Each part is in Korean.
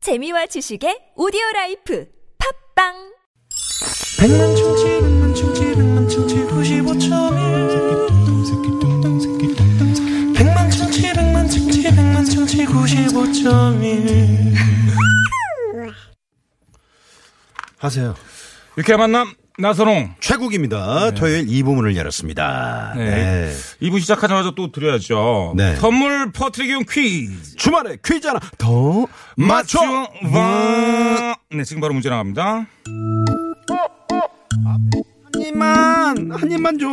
재미와 지식의 오디오 라이프 팝빵! 백만 충치 백만 충치 백만 충치 95.1 백만 충치 백만 충치 백만 충치 95.1 하세요. 이렇게 만남 나선홍 최국입니다. 네. 토요일 이 부문을 열었습니다. 네. 네. 2부 시작하자마자 또 드려야죠 네. 선물 퍼트리기용 퀴즈 주말에 퀴즈 하나 더 맞춰. 와. 네 지금 바로 문제 나갑니다 한 입만 한 입만 줘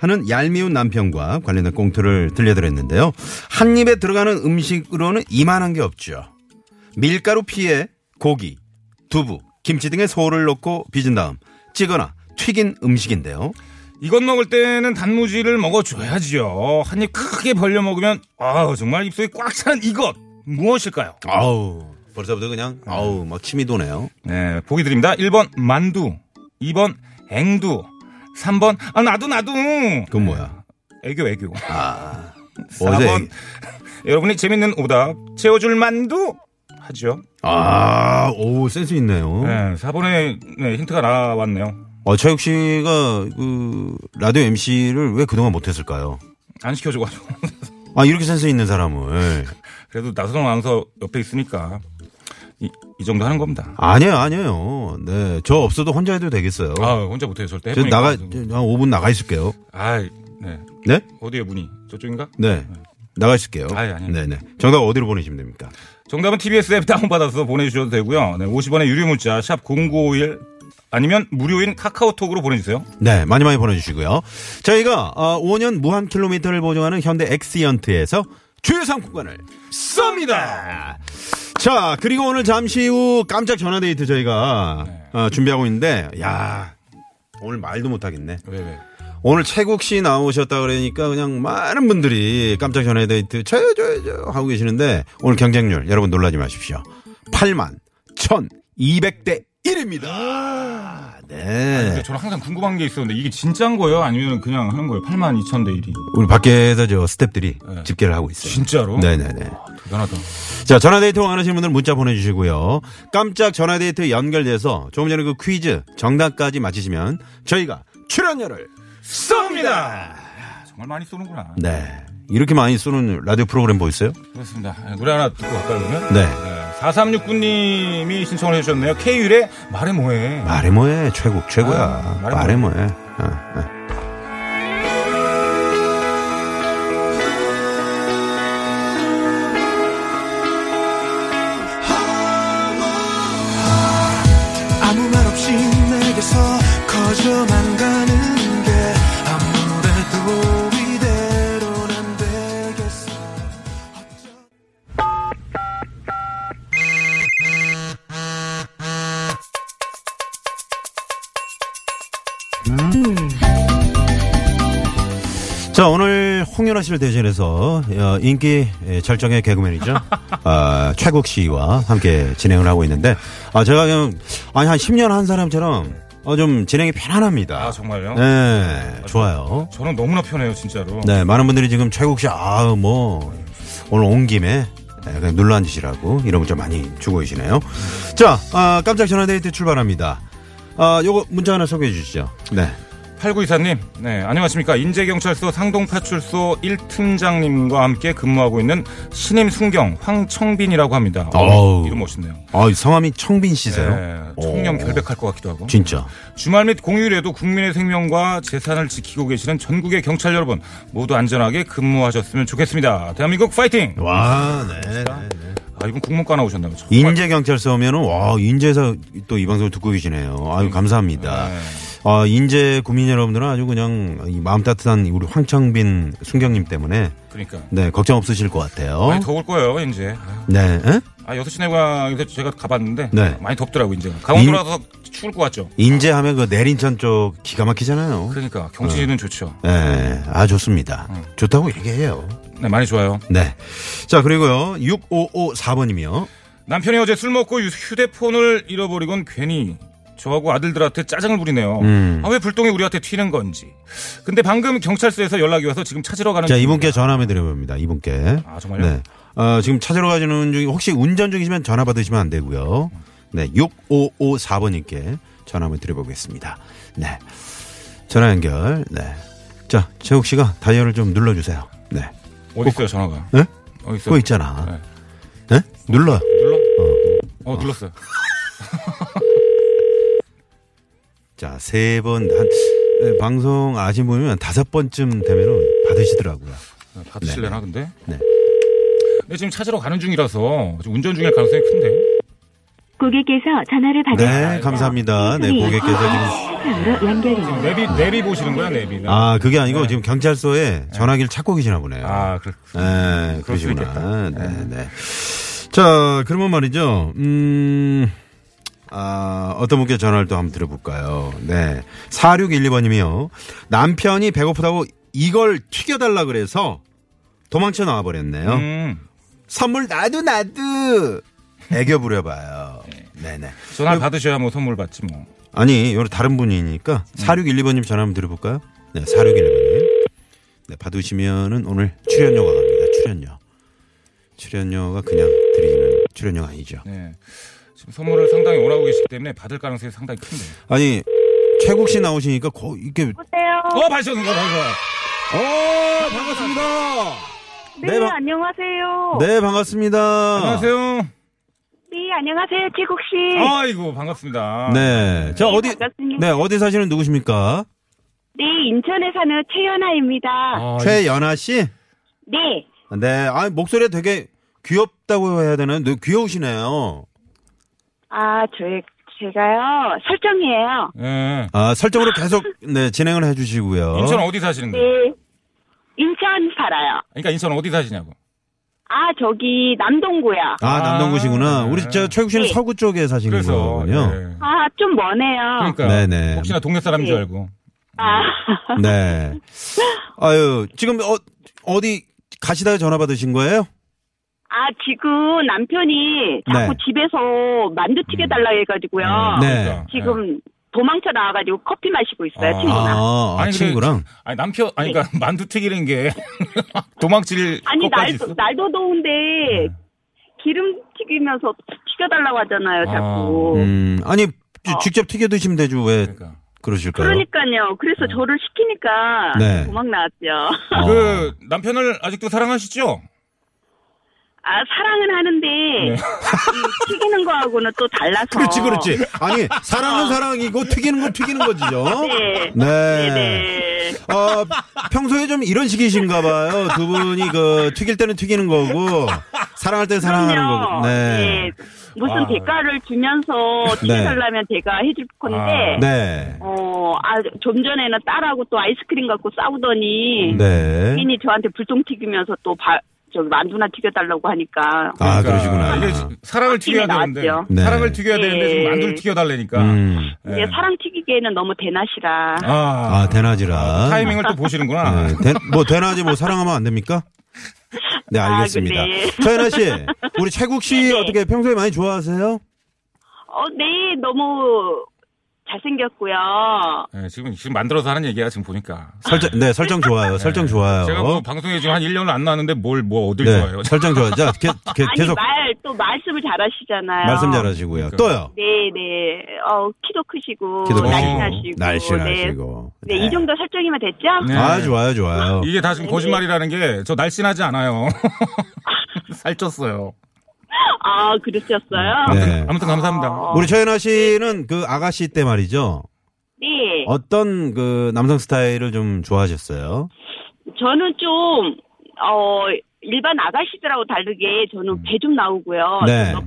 하는 얄미운 남편과 관련된 꽁트를 들려드렸는데요. 한 입에 들어가는 음식으로는 이만한 게 없죠. 밀가루 피에 고기, 두부, 김치 등의 소를 넣고 빚은 다음 찌거나 튀긴 음식인데요. 이것 먹을 때는 단무지를 먹어줘야지요 한 입 크게 벌려 먹으면 아우 정말 입속이 꽉 차는 이것 무엇일까요 아우 벌써부터 그냥 아우 막 침이 도네요. 네 보기 드립니다 1번 만두 2번 앵두 3번 아 나도 나도 그건 뭐야? 애교 애교 아, 어제 4번 여러분이 재밌는 오답 채워줄 만두 하죠 아, 오, 센스 있네요. 네, 4번에 네, 힌트가 나왔네요. 어, 차육 씨가 그 라디오 MC를 왜 그동안 못했을까요? 안 시켜줘가지고. 아, 이렇게 센스 있는 사람을. 그래도 나선홍 아나운서 옆에 있으니까 이, 이 정도 하는 겁니다. 아니에요, 아니에요. 네. 저 없어도 혼자 해도 되겠어요. 아, 혼자 못해요. 절대 저 해보니까. 나가, 저, 한 5분 나가 있을게요. 아, 네. 네? 어디에 문이? 저쪽인가? 네. 나가 있을게요. 아니, 아니요. 네네. 정답 어디로 보내시면 됩니까? 정답은 TBS 앱 다운받아서 보내주셔도 되고요. 네, 50원의 유료 문자 샵 0951 아니면 무료인 카카오톡으로 보내주세요. 네, 많이 많이 보내주시고요. 저희가 어, 5년 무한 킬로미터를 보증하는 현대 엑시언트에서 주요 상품권을 쏩니다. 자, 그리고 오늘 잠시 후 깜짝 전화데이트 저희가 네. 어, 준비하고 있는데, 야 오늘 말도 못하겠네. 왜, 왜? 오늘 최국 씨 나오셨다 그러니까 그냥 많은 분들이 깜짝 전화데이트 저요 저요 저 하고 계시는데 오늘 경쟁률 여러분 놀라지 마십시오. 8만 1,200대 1입니다. 네. 근데 저는 항상 궁금한 게 있었는데 이게 진짜인 거예요? 아니면 그냥 하는 거예요? 8만 2천 대 1이. 우리 밖에서 저 스탭들이 집계를 하고 네. 있어요. 진짜로? 네네네. 대단하다. 자, 전화데이트 원하시는 분들 문자 보내주시고요. 깜짝 전화데이트 연결돼서 조금 전에 그 퀴즈 정답까지 맞히시면 저희가 출연료를 쏩니다! 정말 많이 쏘는구나. 네. 이렇게 많이 쏘는 라디오 프로그램 보이세요? 그렇습니다. 아, 노래 하나 듣고 갈까요, 그러면? 네. 4369님이 신청을 해주셨네요. K율의 말해 뭐해. 말해 뭐해. 최고, 최고야. 아, 말해 말해 뭐해. 어, 어. 아무 말 없이 내게서 커져만 가는 게 아무래도 이대로는 안 되겠어 자, 오늘 홍윤아 씨를 대신해서 어, 인기 예, 절정의 개그맨이죠. 아, 최국 씨와 함께 진행을 하고 있는데, 아, 제가 그냥, 아니, 한 10년 한 사람처럼, 어, 좀 진행이 편안합니다. 아, 정말요? 네, 좋아요. 저는 너무나 편해요, 진짜로. 네, 많은 분들이 지금 최국 씨, 아, 뭐, 오늘 온 김에, 네, 그냥 눌러 앉으시라고 이런 문자 많이 주고 계시네요. 자, 아, 깜짝 전화데이트 출발합니다. 아, 요거 문자 하나 소개해 주시죠. 네. 8924님, 네, 안녕하십니까. 인제경찰서 상동파출소 1팀장님과 함께 근무하고 있는 신임 순경 황청빈이라고 합니다. 아, 어우. 이름 멋있네요. 아, 성함이 청빈 씨세요? 네, 청렴 오. 결백할 것 같기도 하고. 진짜. 주말 및 공휴일에도 국민의 생명과 재산을 지키고 계시는 전국의 경찰 여러분 모두 안전하게 근무하셨으면 좋겠습니다. 대한민국 파이팅! 와, 네. 네. 아, 이분 국문과 나오셨나요? 정말 인재 경찰서 오면은 와 인재에서 또 이 방송을 듣고 계시네요. 음, 아유 감사합니다. 네. 아 인재 국민 여러분들은 아주 그냥 이 마음 따뜻한 우리 황창빈 순경님 때문에 그러니까. 네 걱정 없으실 것 같아요. 많이 더울 거예요, 이제. 아유. 네, 에? 아, 6시 내광에서 제가 가봤는데 네. 많이 덥더라고, 이제. 강원도라서 추울 것 같죠. 인재하면 그 내린천 쪽 기가 막히잖아요. 그러니까 경치지는 좋죠. 네, 아 좋습니다. 음. 좋다고 얘기해요. 네, 많이 좋아요. 네, 자 그리고요 6554번이며 남편이 어제 술 먹고 휴- 휴대폰을 잃어버리곤 괜히 저하고 아들들한테 짜증을 부리네요. 음. 아, 왜 불똥이 우리한테 튀는 건지. 근데 방금 경찰서에서 연락이 와서 지금 찾으러 가는 자 중입니다. 이분께 전화 한번 드려봅니다. 이분께 아, 정말요? 네. 어, 지금 찾으러 가시는 중이 혹시 운전 중이시면 전화 받으시면 안 되고요. 네, 6554번님께 전화 한번 드려보겠습니다. 네. 전화 연결. 네. 자, 재욱 씨가 다이얼을 좀 눌러주세요. 네. 어디 있어요 전화가? 네? 어디 있어요? 그거 있잖아. 네? 눌러요. 눌러? 어, 눌렀어요. 자, 세 번, 한, 네, 방송 아신 분이면 다섯 번쯤 되면은 받으시더라고요. 네, 받으실래나 근데? 네. 근데 지금 찾으러 가는 중이라서 지금 운전 중일 가능성이 큰데. 고객께서 전화를 받으 네, 감사합니다. 아, 네, 고객께서 지금. 으로 연결입니다. 지금 내비 내비 보시는 거야 내비. 아, 그게 아니고 지금 경찰서에 전화기를 찾고 계시나 보네요. 네. 아 그렇군. 네, 그럴 수 예. 그러시구나. 네, 네. 자, 그러면 말이죠. 음, 아, 어떤 분께 전화를 또 한번 드려볼까요? 네. 4612번님이요. 남편이 배고프다고 이걸 튀겨달라 그래서 도망쳐 나와버렸네요. 음, 선물 나도 나도! 애교 부려봐요. 네네. 전화 받으셔야 뭐 선물 받지 뭐. 아니, 요리 다른 분이니까 4612번님 전화 한번 드려볼까요? 네, 4612번님. 네, 받으시면은 오늘 출연료가 갑니다. 출연료. 출연료가 그냥 드리는 출연료가 아니죠. 네. 지금 선물을 상당히 원하고 계시기 때문에 받을 가능성이 상당히 큰데. 아니, 최국 씨 나오시니까 거, 이렇게. 어 받으셨는가 방금. 어, 반갑습니다. 네, 바- 안녕하세요. 네, 반갑습니다. 안녕하세요. 네, 안녕하세요. 최국 씨. 아이고 반갑습니다. 네. 저 어디, 반갑습니다. 네, 어디 사시는 누구십니까? 네, 인천에 사는 최연아입니다. 아, 최연아 씨? 네. 네, 아 목소리가 되게 귀엽다고 해야 되나요? 너 귀여우시네요. 아, 저 제가요. 설정이에요. 예. 네. 아, 설정으로 계속 네, 진행을 해 주시고요. 인천 어디 사시는데? 네. 인천 살아요. 그러니까 인천 어디 사시냐고. 아, 저기 남동구요. 아, 남동구시구나. 아, 우리 저 최국 씨는 네. 서구 쪽에 사시는 그래서. 거군요. 예. 아, 좀 머네요. 그러니까 네네. 혹시나 동네 사람인 줄 알고. 아, 네. 아유, 지금 어, 어디 가시다가 전화 받으신 거예요? 아, 지금 남편이 자꾸 네. 집에서 만두 튀겨달라 해가지고요. 네. 예. 아, 지금 도망쳐 나와가지고 커피 마시고 있어요, 아. 네, 친구랑. 아, 아 아니, 근데 친구랑. 아니 남편 아니 그러니까 만두 튀기는 게 도망칠 아니 것까지 날도 있어. 날도 네. 더운데 기름 튀기면서 튀겨달라고 하잖아요 아, 자꾸 음, 아니 지- 직접 튀겨 드시면 되죠. 왜 그러니까. 그러실까요? 어. 그러니까요 그래서 저를 시키니까 네. 도망 나왔죠 어. 그 남편을 아직도 사랑하시죠? 아 사랑은 하는데 이 튀기는 거하고는 또 달라서 네. 그렇지, 그렇지. 아니, 사랑은 사랑이고 튀기는 건 튀기는 거지죠. 어. 네. 네. 네네 어, 평소에 좀 이런 식이신가 봐요. 두 분이 그 튀길 때는 튀기는 거고 사랑할 때는 사랑하는 거고. 네. 무슨 아. 대가를 주면서 튀겨달라면 제가 해줄 건데 아. 네. 어, 아, 좀 전에는 딸하고 또 아이스크림 갖고 싸우더니 네. 괜히 저한테 불똥 튀기면서 또 바, 저기 만두나 튀겨달라고 하니까 그러니까 아, 이게 그러시구나. 지- 사랑을 튀겨야 나왔죠. 되는데 네. 사랑을 튀겨야 되는데 지금 예. 만두를 튀겨달라니까. 음. 예. 이게 사랑 튀기기에는 너무 대낮이라 아, 아, 대낮이라. 타이밍을 아. 또 보시는구나. 네, 대- 뭐 대낮에 뭐 사랑하면 안 됩니까? 네, 아, 네. 알겠습니다. 근데- 차연아 씨, 우리 채국 씨 어떻게 평소에 많이 좋아하세요? 어, 네 너무 잘생겼고요 예, 지금 지금 만들어서 하는 얘기야 지금 보니까. 설정, 네, 설정 좋아요. 설정 좋아요. 제가 뭐 방송에 지금 한 1년을 안 나왔는데 뭘 뭐 어딜 어. 네, 좋아해요. 설정 좋아요. 자, 게- 게- 아니 계속 말 또 말씀을 잘하시잖아요 말씀 잘하시고요. 그러니까. 또요. 네네 어, 키도 크시고 기도 네, 날씬하시고 날씬하시고. 네. 네, 이 정도 설정이면 됐죠? 네. 아, 좋아요, 좋아요. 이게 다 네. 지금 거짓말이라는 게 저 날씬하지 않아요. 살쪘어요. 아 그러셨어요? 네, 네. 아무튼 감사합니다. 우리 최연아 씨는 그 아가씨 때 말이죠. 네. 어떤 그 남성 스타일을 좀 좋아하셨어요? 저는 좀 어, 일반 아가씨들하고 다르게 저는 배 좀 나오고요 네. 넙,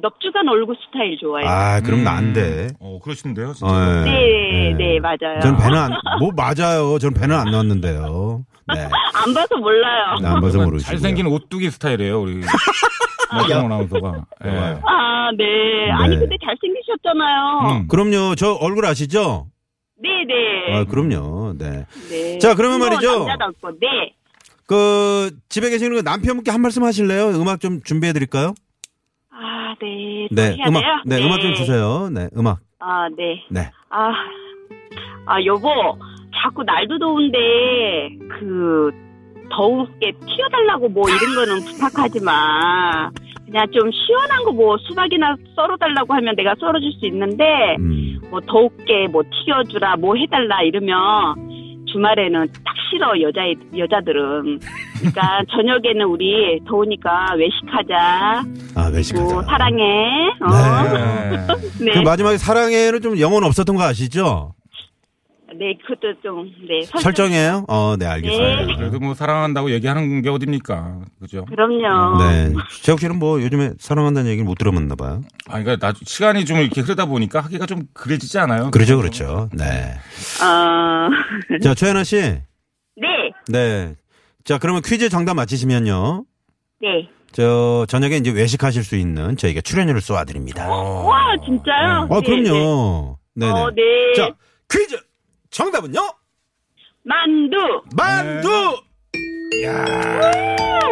넙죽한 얼굴 스타일 좋아해요 아, 그럼 나 안 음. 돼. 어, 그러신데요, 어, 진짜. 예. 네, 예. 네, 맞아요. 전 배는 안, 뭐 맞아요. 전 배는 안 나왔는데요. 네. 안 봐서 몰라요. 네, 안 봐서 모르시고. 잘생긴 오뚜기 스타일이에요, 우리. 마지막 아나운서가. 예. 좋아요. 아, 네. 아니, 네. 근데 잘생기셨잖아요. 음. 그럼요. 저 얼굴 아시죠? 네, 네. 아, 그럼요. 네. 네. 자, 그러면 귀여운 말이죠. 남자답고, 네. 그 집에 계시는 그 남편분께 한 말씀 하실래요? 음악 좀 준비해 드릴까요? 아, 네. 또 네. 해야 음악. 돼요? 네, 음악 좀 주세요. 네. 음악. 아, 네. 네. 아, 아, 여보. 자꾸 날도 더운데, 그, 더우게 튀어달라고 뭐 이런 거는 부탁하지 마. 그냥 좀 시원한 거 뭐 수박이나 썰어달라고 하면 내가 썰어줄 수 있는데 음. 뭐 더웠게 뭐 튀겨주라 뭐 해달라 이러면 주말에는 딱 싫어 여자 여자들은. 그러니까 저녁에는 우리 더우니까 외식하자. 아, 뭐 외식하자. 사랑해. 어? 네. 네. 네. 그 마지막에 사랑해는 좀 영혼 없었던 거 아시죠? 네, 그것도 좀, 네. 설- 설정이에요? 어, 네, 알겠습니다. 그래도 뭐 사랑한다고 얘기하는 게 어딥니까? 그죠? 그럼요. 네. 재욱 씨는 뭐 요즘에 사랑한다는 얘기를 못 들어봤나 봐요. 아, 그러니까 나 시간이 좀 이렇게 흐르다 보니까 하기가 좀 그래지지 않아요? 그렇죠, 그렇죠. 네. 어, 자, 최연아 씨. 네, 네. 자, 그러면 퀴즈 정답 맞히시면요. 네. 저, 저녁에 이제 외식하실 수 있는 저희가 출연료를 쏘아드립니다. 와, 진짜요? 아, 네, 그럼요. 네. 네네. 어, 네. 자, 퀴즈 정답은요? 만두. 만두! 야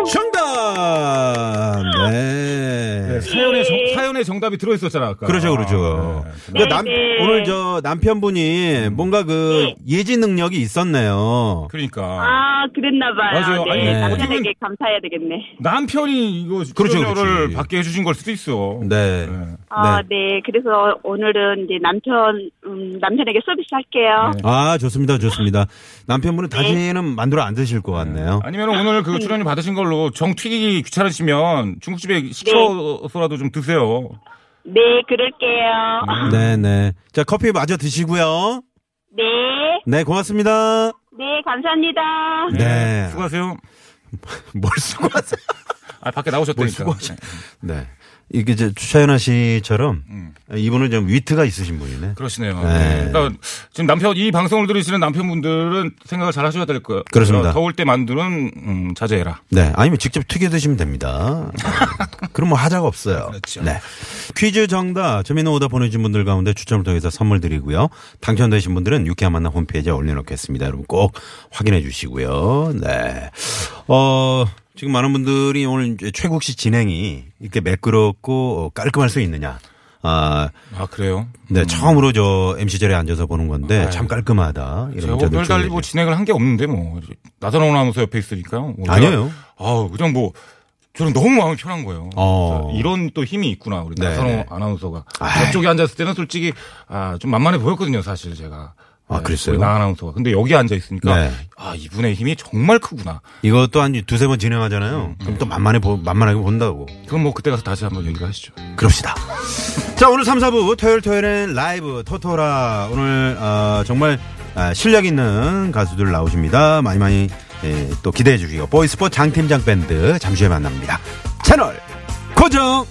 정답! 네, 네. 사연의, 정, 사연의 정답이 들어있었잖아, 아까. 그렇죠, 그러죠, 그러죠. 아, 네. 근데 남, 네. 오늘 저 남편분이 뭔가 그 예지 능력이 있었네요. 그러니까. 아, 그랬나봐요. 맞아요. 네, 아니, 네. 남편에게 감사해야 되겠네. 남편이 이거 그렇죠, 출연료를 그렇지. 받게 해주신 걸 수도 있어. 네. 아, 네. 그래서 오늘은 이제 남편, 음, 남편에게 서비스 할게요. 네. 아, 좋습니다, 좋습니다. 남편분은 다시는 만두를 안 드실 것 같네요. 아니면 오늘 그 출연료 받으신 걸로 정 튀기기 귀찮으시면 중국집에 시켜서라도 좀 드세요. 네, 그럴게요. 네네. 자, 커피 마저 드시고요. 네. 네, 고맙습니다. 네, 감사합니다. 네. 수고하세요. 뭘 수고하세요? 아, 밖에 나오셨다니까. 뭘 수고하세요? 네. 이게 이제 추차연아 씨처럼 음. 이분은 좀 위트가 있으신 분이네. 그러시네요. 네. 그러니까 지금 남편 이 방송을 들으시는 남편분들은 생각을 잘 하셔야 될 거예요. 그렇습니다. 더울 때 만두는 음, 자제해라. 네. 아니면 직접 튀겨 드시면 됩니다. 네. 그럼 뭐 하자가 없어요. 그렇죠. 네. 퀴즈 정답, 재미있는 오답 보내주신 분들 가운데 추첨을 통해서 선물 드리고요. 당첨되신 분들은 유쾌한 만남 홈페이지에 올려놓겠습니다. 여러분 꼭 확인해 주시고요. 네. 어, 지금 많은 분들이 오늘 이제 최국 씨 진행이 이렇게 매끄럽고 깔끔할 수 있느냐. 아, 아 그래요? 네, 처음으로 저 MC 자리에 앉아서 보는 건데 참 깔끔하다. 이런 제가 문자들 별달리 뭐 주셔서. 진행을 한 게 없는데 뭐 나선홍 아나운서 옆에 있으니까요. 뭐 아니에요. 제가, 아우 그냥 뭐 저는 너무 마음이 편한 거예요. 어. 그래서 이런 또 힘이 있구나 우리 네. 나선홍 아나운서가 저쪽에 앉았을 때는 솔직히 아, 좀 만만해 보였거든요 사실 제가. 네, 아, 그랬어요? 우리 나 아나운서가. 근데 여기 앉아 있으니까 네. 아 이분의 힘이 정말 크구나. 이것도 한 두세 번 진행하잖아요. 음. 그럼 또 만만해 보, 만만하게 본다고. 그럼 뭐 그때 가서 다시 한번 얘기를 하시죠. 그럽시다. 자, 오늘 3, 4부 토요일 토요일엔 라이브 토토라. 오늘 어, 정말 아, 실력 있는 가수들 나오십니다. 많이 많이 예, 또 기대해 주시고. 보이스포 장팀장 밴드 잠시 후에 만납니다. 채널 고정!